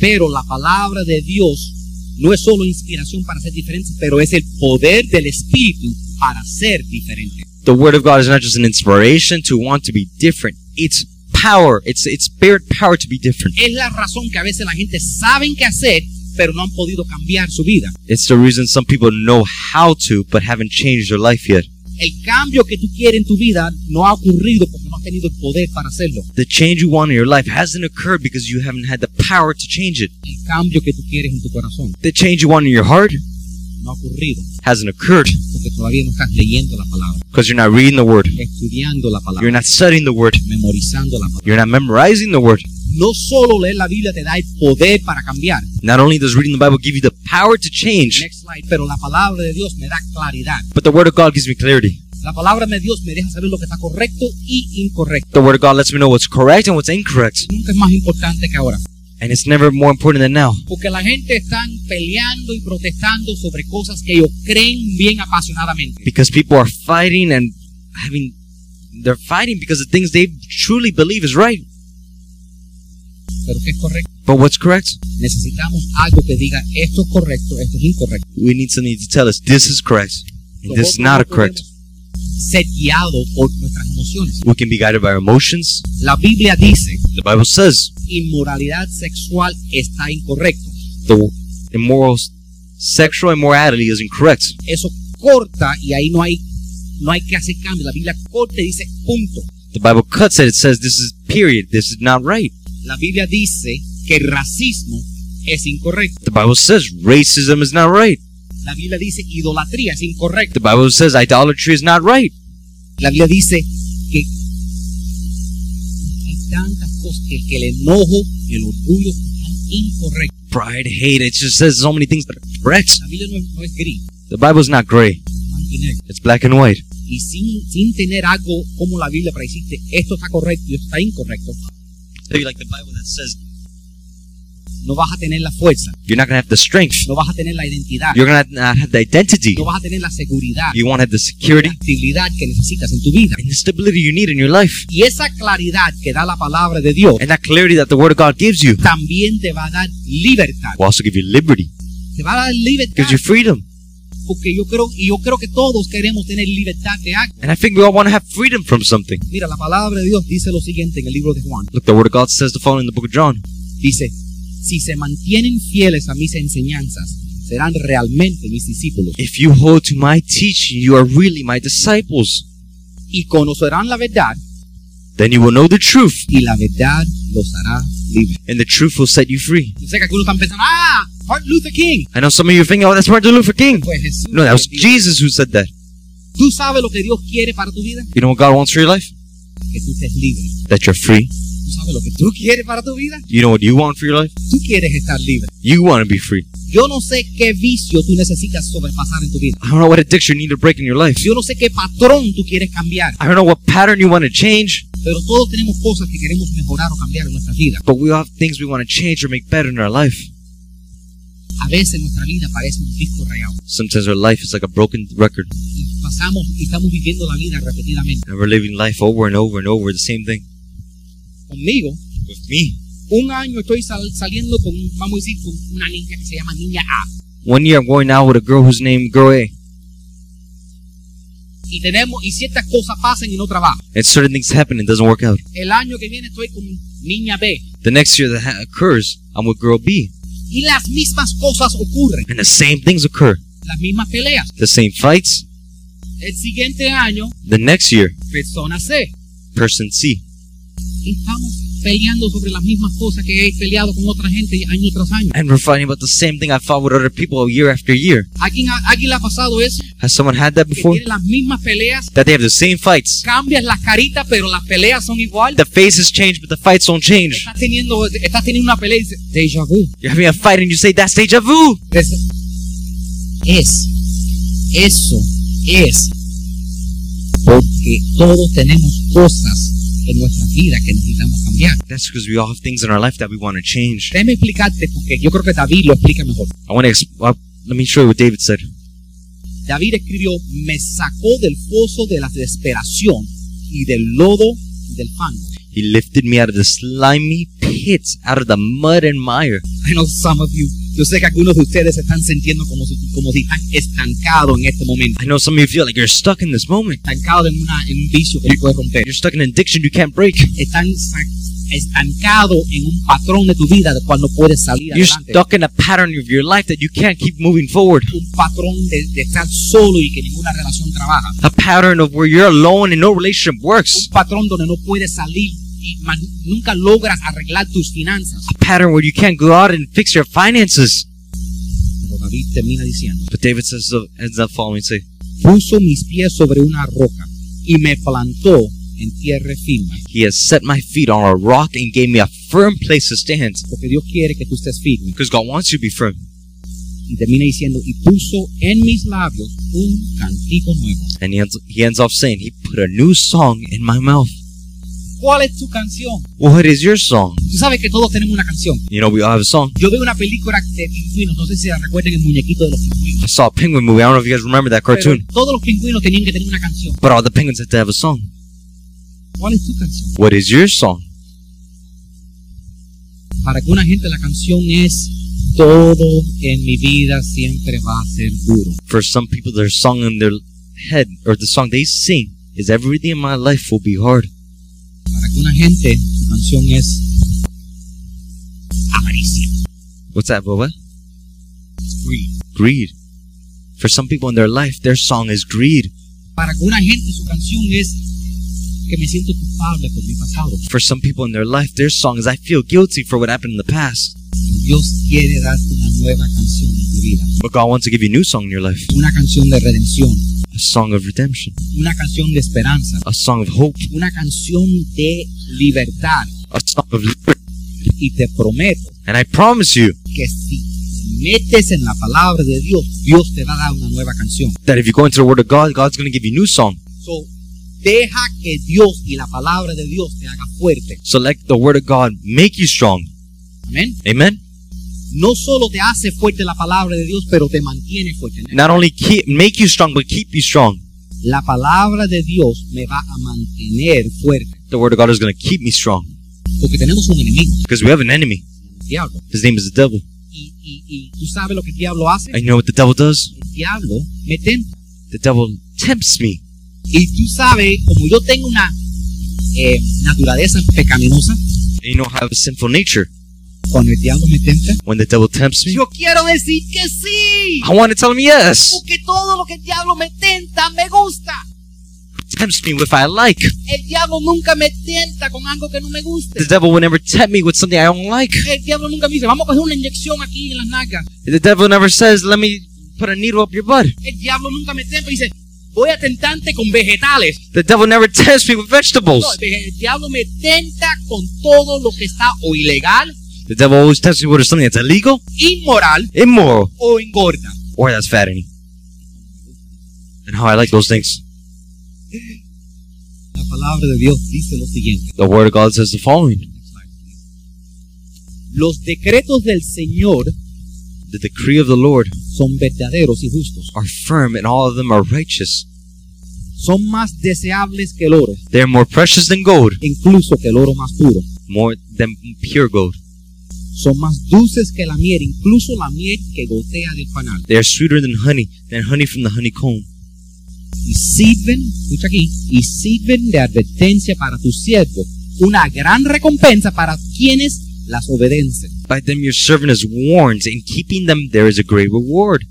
pero la palabra de Dios no es solo inspiración para hacer diferente, pero es el poder del Espíritu para ser diferente. the word of God is not just an inspiration to want to be different. It's power. It's it's spirit power to be different. Es la razón que a veces la gente saben qué hacer, pero no han podido cambiar su vida. It's the reason some people know how to but haven't changed their life yet. El cambio que tú quieres en tu vida no ha ocurrido porque no has tenido el poder para hacerlo. The change you want in your life hasn't occurred because you haven't had the power to change it. El cambio que tú quieres en tu corazón The change you want in your heart no ha ocurrido hasn't occurred porque todavía no estás leyendo la palabra, because you're not reading the word, estudiando la you're palabra, not studying the word, memorizando la palabra. you're not memorizing the word. No solo leer la Biblia te da el poder para cambiar, Not only does reading the Bible give you the power to change, Next slide. pero la palabra de Dios me da claridad. but the word of God gives me clarity. La palabra de Dios me deja saber lo que está correcto y incorrecto. The word of God lets me know what's correct and what's incorrect, Nunca es más importante que ahora. and it's never more important than now. Porque la gente está peleando y protestando sobre cosas que ellos creen bien apasionadamente. because people are fighting and having they're fighting because the things they truly believe is right Pero que es correcto. but what's correct Necesitamos algo que diga esto es correcto, esto es incorrecto. we need something to tell us this is correct and this is not Nosotros no correct podemos Ser guiado por nuestras emociones. we can be guided by our emotions La Biblia dice, the bible says inmoralidad sexual está incorrecto. the immoral sexual immorality is incorrect Eso corta y ahí no hay no hay que hacer cambio. La Biblia corta y dice punto. the bible cuts it it says this is period this is not right La Biblia dice que el racismo es incorrecto. the bible says racism is not right La Biblia dice idolatría es incorrecto. the bible says idolatry is not right La Biblia dice que hay tantas cosas que, que el enojo, el orgullo están incorrectos. pride hate it just says so many things that are correct La Biblia no es, no es gris, the bible's not es gray blanco y negro. it's black and white Y sin, sin tener algo como la Biblia para decirte esto está correcto y esto está incorrecto, Maybe like the Bible that says no vas a tener la fuerza, you're not gonna have the strength. no vas a tener la identidad, You're gonna not have the identity. no vas a tener la seguridad, You won't have the la security estabilidad que necesitas en tu vida. and the stability you need in your life. Y esa claridad que da la palabra de Dios And that clarity that the Word of God gives you también te va a dar libertad. will also give you liberty, Te va a dar libertad gives you freedom. porque yo creo y yo creo que todos queremos tener libertad de acto. And I think we all want to have freedom from something. Mira, la palabra de Dios dice lo siguiente en el libro de Juan. Look, the Word of God says the following in the book of John. Dice, si se mantienen fieles a mis enseñanzas, serán realmente mis discípulos If you hold to my teaching, you are really my disciples. y conocerán la verdad Then you will know the truth, y la verdad los hará libres. and the truth will set you free. Yo sé que algunos están pensando, ah, Martin Luther King. I know some of you are thinking, oh, that's Martin Luther King. Pues Jesús. No, that was te dijo, Jesus who said that. ¿Tú sabes lo que Dios quiere para tu vida? You know what God wants for your life? Que tú estés libre. That you're free. ¿Tú sabes lo que tú quieres para tu vida? You know what you want for your life? Tú quieres estar libre. You want to be free. Yo no sé qué vicio tú necesitas sobrepasar en tu vida. I don't know what addiction you need to break in your life. Yo no sé qué patrón tú quieres cambiar. I don't know what pattern you want to change, Pero todos tenemos cosas que queremos mejorar o cambiar en nuestra vida. but we all have things we want to change or make better in our life. A veces nuestra vida parece un disco rayado. Sometimes our life is like a broken record, Y pasamos y estamos viviendo la vida repetidamente. and we're living life over and over and over the same thing. Conmigo, With me, un año estoy sal- saliendo con, vamos a decir, con una niña que se llama Niña A. one year I'm going out with a girl who's named Girl A, Y tenemos, y ciertas cosas pasan y no trabajan. and certain things happen and it doesn't work out. El año que viene estoy con Niña B. The next year that ha- occurs, I'm with Girl B, Y las mismas cosas ocurren. and the same things occur, Las mismas peleas. the same fights. El siguiente año, The next year, persona C. person C, Estamos peleando sobre las mismas cosas que he peleado con otra gente año tras año. and we're fighting about the same thing I fought with other people year after year. ¿A quién, ha- a quién le ha pasado eso? Has someone had that Que before? tiene las mismas peleas, That they have the same fights. cambias las caritas, pero las peleas son igual. The faces change, but the fights don't change. Estás teniendo, estás teniendo una pelea y dices, déjà vu. You're having a fight and you say, that's deja vu. Es, es, eso es, porque todos tenemos cosas en nuestra vida que necesitamos cambiar. That's because we all have things in our life that we want to change. Déjame explicarte, porque yo creo que David lo explica mejor. I want to, exp- well, let me show you what David said. David escribió, me sacó del foso de la desesperación y del lodo y del fango. He lifted me out of the slimy pits, out of the mud and mire. I know some of you. Yo sé que algunos de ustedes se están sintiendo como, si- como si están estancados en este momento. I know some of you feel like you're stuck in this moment. Estancados en, una, en un vicio que no puedes romper. You're stuck in an addiction you can't break. Están sa- estancados en un patrón de tu vida del cual no puedes salir You're adelante. stuck in a pattern of your life that you can't keep moving forward. Un patrón de, de estar solo y que ninguna relación trabaja. A pattern of where you're alone and no relationship Un works. patrón donde no puedes salir y man- nunca logras arreglar tus finanzas. A pattern where you can't go out and fix your finances. Pero Pero David termina diciendo, But David says, uh, ends up following, say, puso mis pies sobre una roca y me plantó en tierra firme, He has set my feet on a rock and gave me a firm place to stand. porque Dios quiere que tú estés firme. Because God wants you to be firm. Y termina diciendo, y puso en mis labios un cantico nuevo. And he ends, he ends off saying, He put a new song in my mouth. ¿Cuál es tu canción? What is your song? Tú sabes que todos tenemos una canción. You know, we all have a song. Yo veo una película de pingüinos, no sé si la recuerden el muñequito de los pingüinos. I saw a penguin movie. I don't know if you guys remember that Pero cartoon. todos los pingüinos tenían que tener una canción. But all the penguins had to have a song. ¿Cuál es tu canción? What is your song? Para alguna gente la canción es todo en mi vida siempre va a ser duro. For some people, their song in their head or the song they sing is everything in my life will be hard. Para alguna gente su canción es avaricia. What's that, Boba? greed. Greed. For some people in their life, their song is greed. Para alguna gente su canción es que me siento culpable por mi pasado. For some people in their life, their song is I feel guilty for what happened in the past. Dios quiere darte una nueva canción en tu vida. But God wants to give you a new song in your life Una canción de redención, a song of redemption, una canción de esperanza, a song of hope, una canción de libertad. a song of liberty. Y te prometo And I promise you que si te metes en la palabra de Dios, Dios te va a dar una nueva canción. that if you go into the Word of God, God's going to give you a new song. So, deja que Dios y la palabra de Dios te haga fuerte. So let the Word of God make you strong. Amén. Amen. No solo te hace fuerte la palabra de Dios, pero te mantiene fuerte. Not only keep, make you strong, but keep you strong. La palabra de Dios me va a mantener fuerte. The Word of God is going to keep me strong Porque tenemos un enemigo, because we have an enemy. el diablo. His name is the devil. Y, y, y tú sabes lo que el diablo hace. And you know what the devil does? El diablo me tenta. The devil tempts me. Y tú sabes, como yo tengo una eh, naturaleza pecaminosa, And you know how I have a sinful nature. cuando el diablo me tenta, When the devil tempts me, yo quiero decir que sí. I want to tell him yes. Porque todo lo que el diablo me tenta me gusta. Tempts me if I like. El diablo nunca me tienta con algo que no me guste. The devil will never tempt me with something I don't like. El diablo nunca me dice, vamos a coger una inyección aquí en las nalgas. The devil never says, let me put a needle up your butt. El diablo nunca me tienta y dice, voy a tentarte con vegetales. The devil never tempts me with No, vegetables. el ve- el diablo me tenta con todo lo que está o ilegal, The devil always tempts me with something that's illegal, inmoral immoral, o engorda. or that's fattening. And how I like those things. La palabra de Dios dice lo siguiente. The word of God says the following. Next slide, please. Los decretos del Señor The decree of the Lord son verdaderos y justos. are firm and all of them are righteous. Son más deseables que el oro, They are more precious than gold, incluso que el oro más puro. more than pure gold. Son más dulces que la miel, incluso la miel que gotea del panal. They are sweeter than honey, than honey from the honeycomb. y sirven, escucha aquí, y sirven de advertencia para tus siervos, una gran recompensa para quienes las obedecen. By them your servant is warned, in keeping them there is a great reward.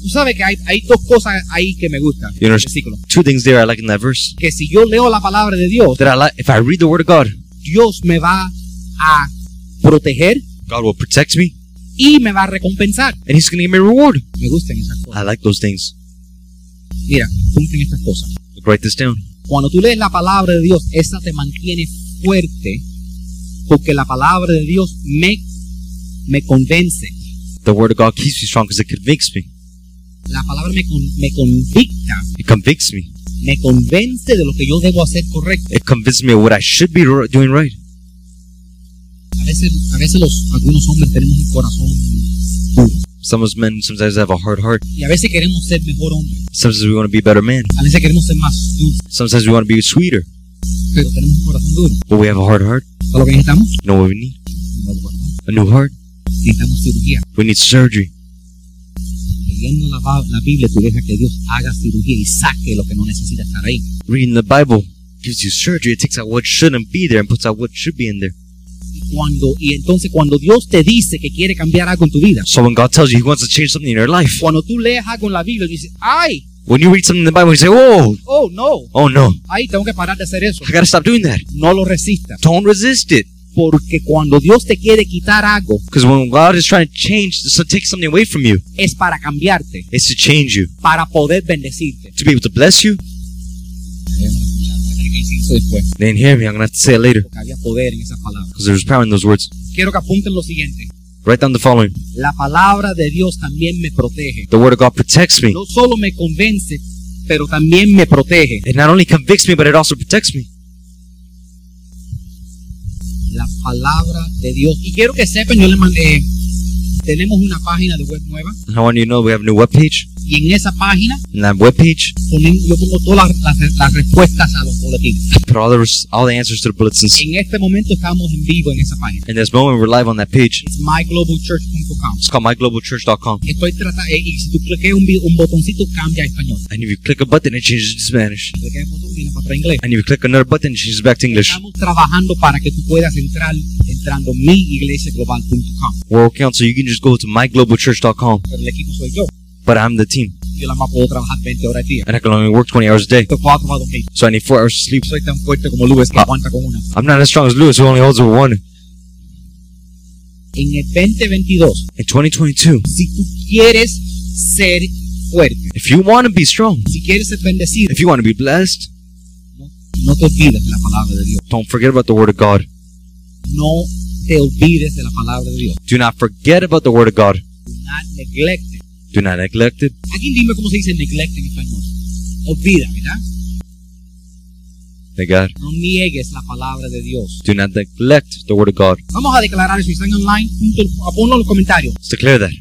Tú sabes que hay, hay dos cosas ahí que me gustan en You el know- versículo. Two things there I like in that verse. Que si yo leo la palabra de Dios, That I like, if I read the word of God, Dios me va a proteger God will protect me, y me va a recompensar. and He's going to give me a reward. Me gustan esas I cosas. like those things. Mira, apunten estas cosas. Look, write this down. Cuando tú lees la palabra de Dios, esa te mantiene fuerte porque la palabra de Dios me, me convence. The word of God keeps me strong because it convicts me. La palabra me, con- me convicta It convicts me. me convence de lo que yo debo hacer correcto. It convinces me of what I should be ro- doing right. A veces, a veces los, algunos hombres tenemos un corazón duro Some of us men sometimes have a hard heart. y a veces queremos ser mejor hombre, Sometimes we want to be a better man. a veces queremos ser más duros, Sometimes we want to be sweeter. pero tenemos un corazón duro. But we have a hard heart. ¿Sabes lo que necesitamos? You know what we need? Un nuevo corazón. A new heart. Necesitamos cirugía. We need surgery. Leyendo la, ba- la Biblia, tú dejas que Dios haga cirugía y saque lo que no necesita estar ahí. Reading the Bible gives you surgery. It takes out what shouldn't be there and puts out what should be in there. Y Cuando, y entonces cuando Dios te dice que quiere cambiar algo en tu vida, So when God tells you He wants to change something in your life, cuando tú lees algo en la Biblia y dices, ay, when you read something in the Bible, you say, "Whoa, oh no, oh no, ay, tengo que parar de hacer eso. I gotta stop doing that." No lo resista, Don't resist it Porque cuando Dios te quiere quitar algo, Because when God is trying to change, to take something away from you, es para cambiarte, it's to change you, para poder bendecirte. to be able to bless you. después, They didn't hear me. I'm gonna have to say it later porque había poder en esas palabras. because there's power in those words. Quiero que apunten lo siguiente. Write down the following: La palabra de Dios también me protege. The Word of God protects me. No solo me convence, pero también me protege. It not only convicts me, but it also protects me. La palabra de Dios. Y quiero que sepan, yo les mandé, tenemos una página de web nueva And I want you to know we have a new webpage. y en esa página And that webpage, ponen- yo pongo todas las, las- las respuestas a los boletines. put all the res- all the answers to the bulletins. En este momento estamos en vivo en esa página. In this moment, we're live on that page. It's myglobalchurch.com. It's called myglobalchurch.com. Estoy tratando, y si tú cliqueas un, vi- un botoncito, cambia a español. And if you click a button, it changes to Spanish. Cliquea el botón, viene para atrás inglés. And if you click another button, it changes back to English. Estamos trabajando para que tú puedas entrar entrando miiglesiaglobal.com. We're okay on, so you can just go to myglobalchurch.com. Pero el equipo soy yo. But I'm the team, Yo la más puedo trabajar 20 horas al día. and I can only work 20 hours a day. Esto 4 a 2000. So I need four hours of sleep. Soy tan fuerte como Luis Ah. que aguanta con una. I'm not as strong as Lewis, who only holds with one. En el 2022, In 2022, si tú quieres ser fuerte, if you want to be strong, si quieres ser bendecido, if you want to be blessed, no te olvides de la palabra de Dios. don't forget about the Word of God. No te olvides de la palabra de Dios. Do not forget about the Word of God. Do not neglect it. Do not neglect it. Alguien dime cómo se dice neglect en español. Olvida, ¿verdad? Thank God. No niegues la palabra de Dios. Do not neglect the Word of God. Vamos a declarar eso. Si están online, punto, ponlo en los comentarios. Let's declare that.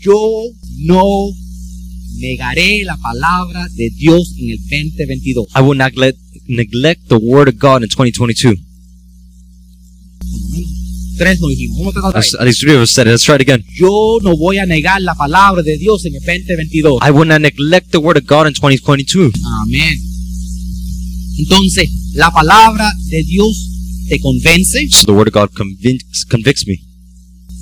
yo no negaré la palabra de Dios en el 2022. I will not let, neglect the Word of God in 2022. Por lo menos tres lo dijimos. Vamos a tratar otra That's- vez. At least three of us said it. Let's try it again. Yo no voy a negar la palabra de Dios en el 2022. I will not neglect the Word of God in 2022. Amén. Entonces, la palabra de Dios te convence, So the Word of God convicts, convicts me,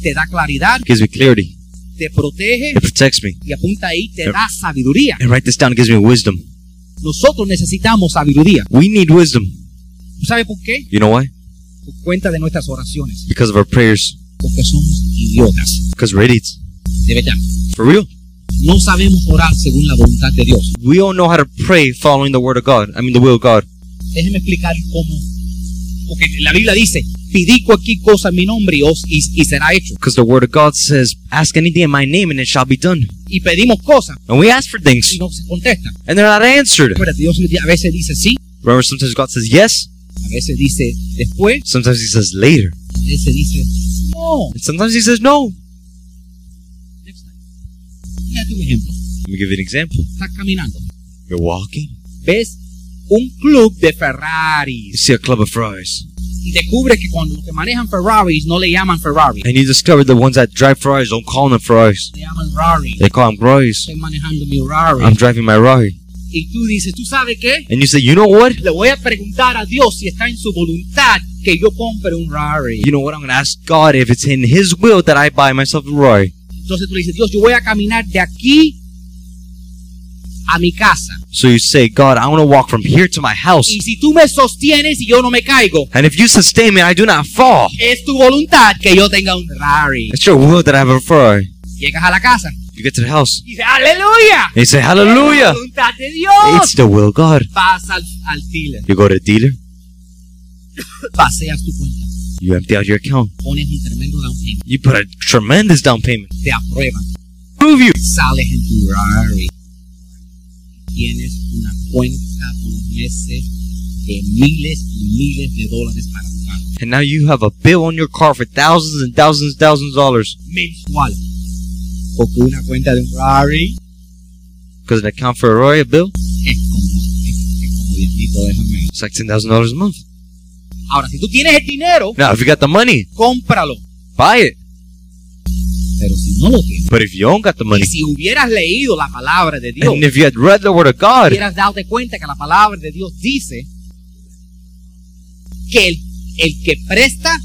te da claridad, gives me clarity, te protege it protects me. y apunta ahí, te da sabiduría. And write this down, it gives me wisdom. Nosotros necesitamos sabiduría. We need wisdom. ¿Sabe por qué? You know why? Por cuenta de nuestras oraciones. Because of our prayers. Porque somos idiotas. Because we're idiots. De verdad. For real. No sabemos orar según la voluntad de Dios. We don't know how to pray following the Word of God. I mean, the will of God. Déjeme explicar cómo. Porque la Biblia dice, pidí cualquier cosa en mi nombre y, os, y, y será hecho. Because the Word of God says, Ask anything in my name and it shall be done. Y pedimos cosas And we ask for things y no se contesta. and they're not answered. Acuérdate, Dios a veces dice sí, Remember, sometimes God says yes, a veces dice después, sometimes He says later, a veces dice no. and sometimes He says no. Next time. Fíjate un ejemplo. Let me give you an example. Estás caminando. You're walking, Ves un club de Ferrari you see a club of fries, y descubres que cuando los que manejan Ferraris no le llaman Ferrari, and you discover the ones that drive fries don't call them fries, le llaman Rari. they call them Roys. Estoy manejando mi Rari. I'm driving my Rari. y tú dices, ¿tú sabes qué? And you say, You know what? Le voy a preguntar a Dios si está en su voluntad que yo compre un Rari. You know what? I'm going to ask God if it's in His will that I buy myself a Rari. Entonces tú le dices, Dios, yo voy a caminar de aquí a mi casa. So you say, God, I want to walk from here to my house. Y si tú me sostienes y yo no me caigo, And if you sustain me, I do not fall. es tu voluntad que yo tenga un Rari. It's your will that I have a Ferrari. Llegas a la casa You get to the house. y dices, aleluya. And you say, Es la Hallelujah. voluntad de It's Dios. the will of God. Vas al, al dealer, You go to the dealer. paseas tu cuenta, You empty out your account. pones un tremendo down payment, You put a tremendous down payment. te aprueban, Prove you. sales en tu Rari. Tienes una cuenta por los meses de miles y miles de dólares para tu carro. And now you have a bill on your car for thousands and thousands and thousands of dollars. Mensual. Porque una cuenta de un Rari Because an account for a Roy, a bill, es como, es, es como diablito, déjame. it's like $10,000 a month. Ahora, si tú tienes el dinero, Now, if you got the money, cómpralo. buy it. Pero si no lo tienes, But if you don't got the money, y si hubieras leído la palabra de Dios, and if you had read the Word of God, hubieras dado cuenta que la palabra de Dios dice que el, el que presta,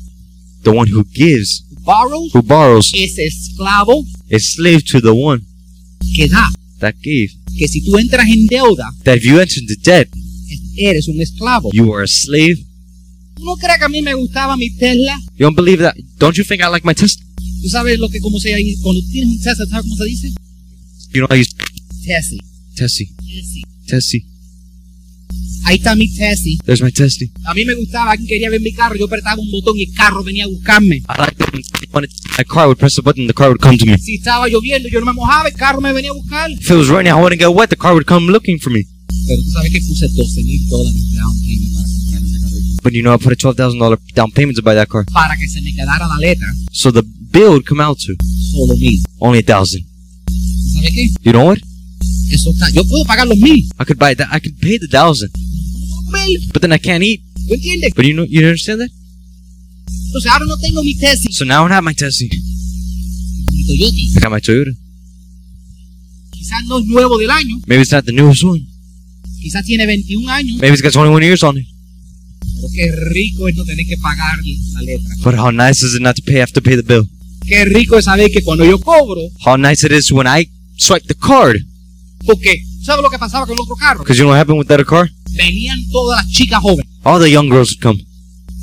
the one who gives, borrows, who borrows, es esclavo is slave to the one que da. that gave. Que si tú entras en deuda, That if you enter into debt, eres un esclavo. you are a slave ¿Tú no crees que a mí me gustaba mi Tesla? You don't believe that? Don't you think I like my Tesla? ¿Tú sabes lo que como se dice? Cuando tienes un Tesla, ¿sabes cómo se dice? You know I use Tessie. Tessie. Tessie. Tessie. Ahí está mi Tessie. There's my Tessie. A mí me gustaba, alguien quería ver mi carro, yo apretaba un botón y el carro venía a buscarme. I like that when I wanted my car, I would press a button, the car would come to me. Si estaba lloviendo, yo no me mojaba, el carro me venía a buscar. If it was raining, I wouldn't get wet, the car would come looking for me. Pero tú sabes que puse 12 mil dólares down payment para comprar ese carrito. But you know, I put a $12,000 down payment to buy that car. Para que se me quedara la letra, So the bill would come out to solo mil. only a thousand. ¿Tú ¿Sabes qué? You know what? Eso está. Yo puedo pagar los mil. I could buy that. I could pay the thousand, No puedo comer. but then I can't eat. ¿Tú entiendes? But you know, you understand that? Entonces ahora no tengo mi tesis. So now I don't have my Tessie. Mi Toyota I got my Toyota. quizás no es nuevo del año, Maybe it's not the newest one. quizás tiene 21 años, Maybe it's got 21 years on it. pero qué rico es no tener que pagar la letra. But how nice is it not to pay have to pay the bill? Qué rico es saber que cuando yo cobro, How nice it is when I swipe the card. porque ¿sabes lo que pasaba con el otro carro? Cause you know what happened with that car? Venían todas las chicas jóvenes. All the young girls would come.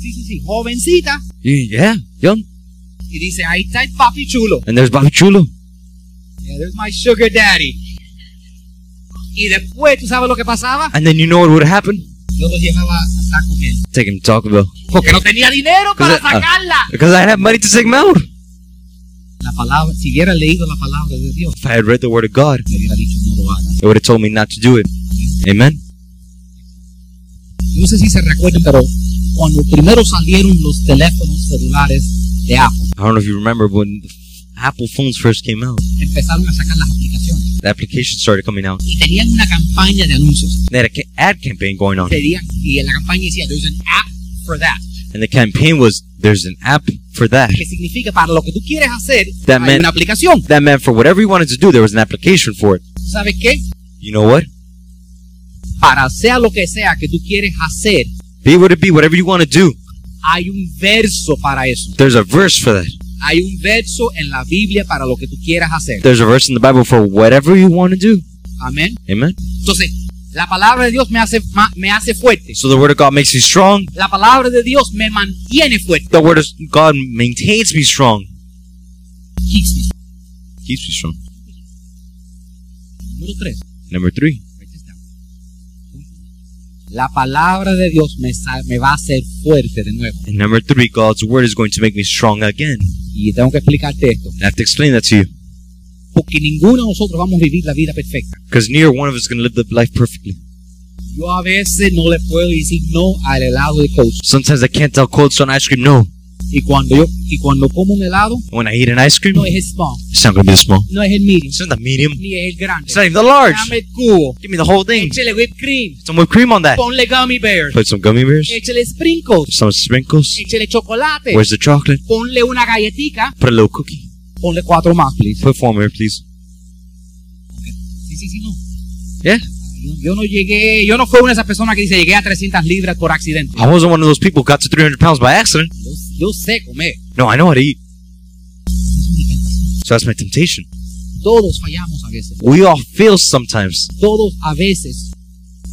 Sí, sí, sí, jovencita. Y- Yeah, young. Y dice, ahí está el papi chulo. And there's Bobby Chulo. Yeah, there's my sugar daddy. Y después, ¿tú sabes lo que pasaba? And then you know what would happen? Yo lo llevaba a Taco Bell. Take him to Taco Bell. Porque no tenía dinero para Cause I- ah. sacarla. Because I have money to take him out. La palabra, si hubiera leído la palabra de Dios, If I had read the word of God, me hubiera dicho, no lo hagas. it would have told me not to do it. Amen. No sé si se recuerdan, pero cuando primero salieron los teléfonos celulares de Apple, I don't know if you remember when the Apple phones first came out, empezaron a sacar las aplicaciones the application started coming out. y tenían una campaña de anuncios. They had an ca- ad campaign going on. Pedían- y en la campaña decía, there's an app for that, And the campaign was there's an app for that. que significa para lo que tú quieres hacer, That hay meant- una aplicación. That meant for whatever you wanted to do, there was an application for it. ¿Sabes qué? You know what? Para sea lo que sea que tú quieres hacer, Be what it be, whatever you want to do, hay un verso para eso. there's a verse for that. Hay un verso en la Biblia para lo que tú quieras hacer. There's a verse in the Bible for whatever you want to do. Amén. Amen. Entonces, la palabra de Dios me hace, ma- me hace fuerte. So the word of God makes me strong. La palabra de Dios me mantiene fuerte. The word of God maintains me strong. Keeps me Keeps me strong. Número 3. Number three. La palabra de Dios me, sa- me va a hacer fuerte de nuevo. And number three, God's word is going to make me strong again. Y tengo que explicarte esto. I have to explain that to you. Porque ninguno de nosotros vamos a vivir la vida perfecta. Because neither one of us is going to live the life perfectly. Yo a veces no le puedo decir no al helado de coach. Sometimes I can't tell cold stone ice cream no. Y cuando yo y cuando como un helado, When I eat an ice cream, no es el small, it's not going to be the small. no es el medium, It's not the medium. ni es el grande. It's not even the large. Dame el cubo. Give me the whole thing. Échale whipped cream. Some whipped cream on that. Ponle gummy bears. Put some gummy bears. Échale sprinkles. Some sprinkles. Échale chocolate. Where's the chocolate? Ponle una galletica. Put a little cookie. Ponle cuatro más, please. Put four more, please. Sí, sí, sí, no. Yeah. Yo, yo no llegué, yo no fui una de esas personas que dice llegué a 300 libras por accidente. I wasn't one of those people who got to 300 pounds by accident. Yo, yo sé comer. No, I know how to eat. Esa es mi tentación. So that's my temptation. Todos fallamos a veces. We all fail sometimes. Todos a veces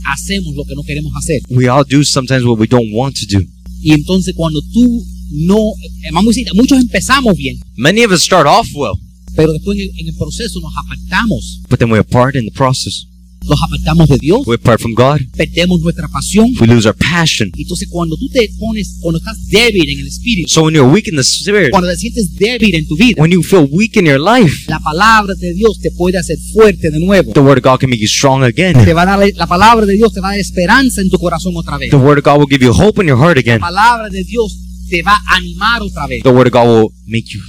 hacemos lo que no queremos hacer. We all do sometimes what we don't want to do. Y entonces cuando tú no, eh, vamos a decir, muchos empezamos bien, Many of us start off well, pero después en el, en el proceso nos apartamos. but then we apart in the process. Nos apartamos de Dios, We apart from God. perdemos nuestra pasión. We lose our passion. Entonces cuando tú te pones, cuando estás débil en el espíritu, So when you're weak in the spirit, cuando te sientes débil en tu vida, when you feel weak in your life, la palabra de Dios te puede hacer fuerte de nuevo. the word of God can make you strong again. te va a dar la palabra de Dios te va a dar esperanza en tu corazón otra vez. The word of God will give you hope in your heart again. La palabra de Dios te va a animar otra vez. The word of God will make you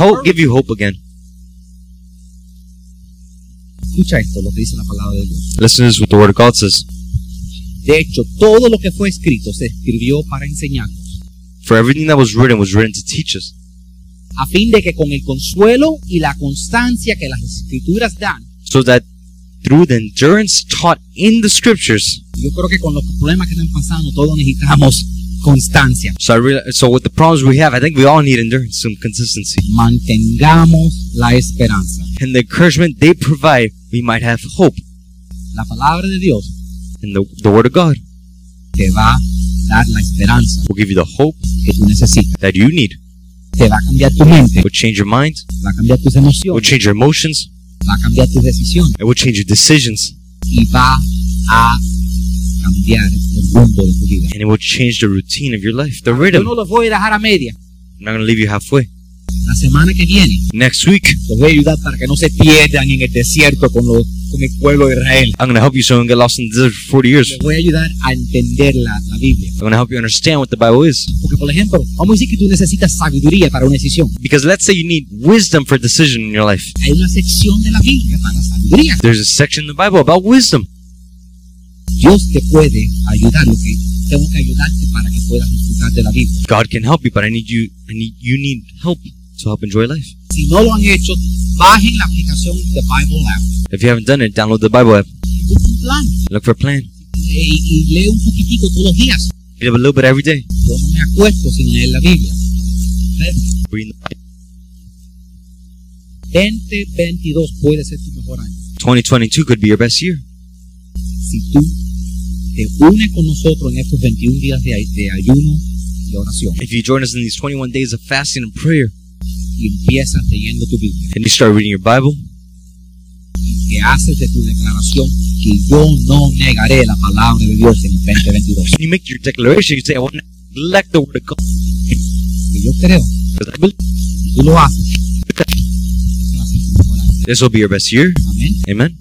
hope, give you hope again. Escucha esto, lo que dice la palabra de Dios. Listen to this what the word of God says. De hecho, todo lo que fue escrito se escribió para enseñarnos, For everything that was written was written to teach us, a fin de que con el consuelo y la constancia que las escrituras dan, so that through the endurance taught in the scriptures. yo creo que con los problemas que están pasando, todos necesitamos constancia. So I real so with the problems we have, I think we all need endurance, some consistency, Mantengamos la esperanza. and the encouragement they provide. We might have hope La palabra de Dios in the the word of God. te va a dar la esperanza will give you the hope que tú necesitas. that you need. Te va a cambiar tu mente, It will change your mind, va a cambiar tus it will emociones, change your emotions, va a cambiar tus decisiones it will change your decisions, y va a cambiar el rumbo de tu vida. and it will change the routine of your life, the Yo rhythm. no los voy a dejar a media. I'm not going to leave you halfway. La semana que viene Next week, los voy a ayudar para que no se pierdan en el desierto con, los- con el pueblo de Israel. I'm going to help you so you don't get lost in the desert for 40 years. Les voy a ayudar a entender la, la Biblia. I'm going to help you understand what the Bible is. Porque, por ejemplo, vamos a decir que tú necesitas sabiduría para una decisión. Because let's say you need wisdom for decision in your life. Hay una sección de la Biblia para sabiduría. There's a section in the Bible about wisdom. Dios te puede ayudar, lo que tengo que ayudarte para que puedas disfrutar de la Biblia. God can help you, but I need you. I need you need help to help enjoy life. Si no lo han hecho, bajen la aplicación de Bible App If you haven't done it, download the Bible app. y busca un plan Look for a plan. eh, y, y lee un poquitico todos los días. Read a little bit every day. Yo no me acuesto sin leer la Biblia. Read 2022 puede ser tu mejor año. 2022 could be your best year. Si tú te unes con nosotros en estos 21 días de, ay- de ayuno y oración If you join us in these 21 days of fasting and prayer, y empiezas leyendo tu Biblia and you start reading your Bible, y que haces de tu declaración que yo no negaré la palabra de Dios en el 2022, and you make your declaration, you say, "I want to neglect the word of God." que yo creo, Because I believe si tú lo haces, este va a ser tu mejor año. this will be your best year. Amén. Amen.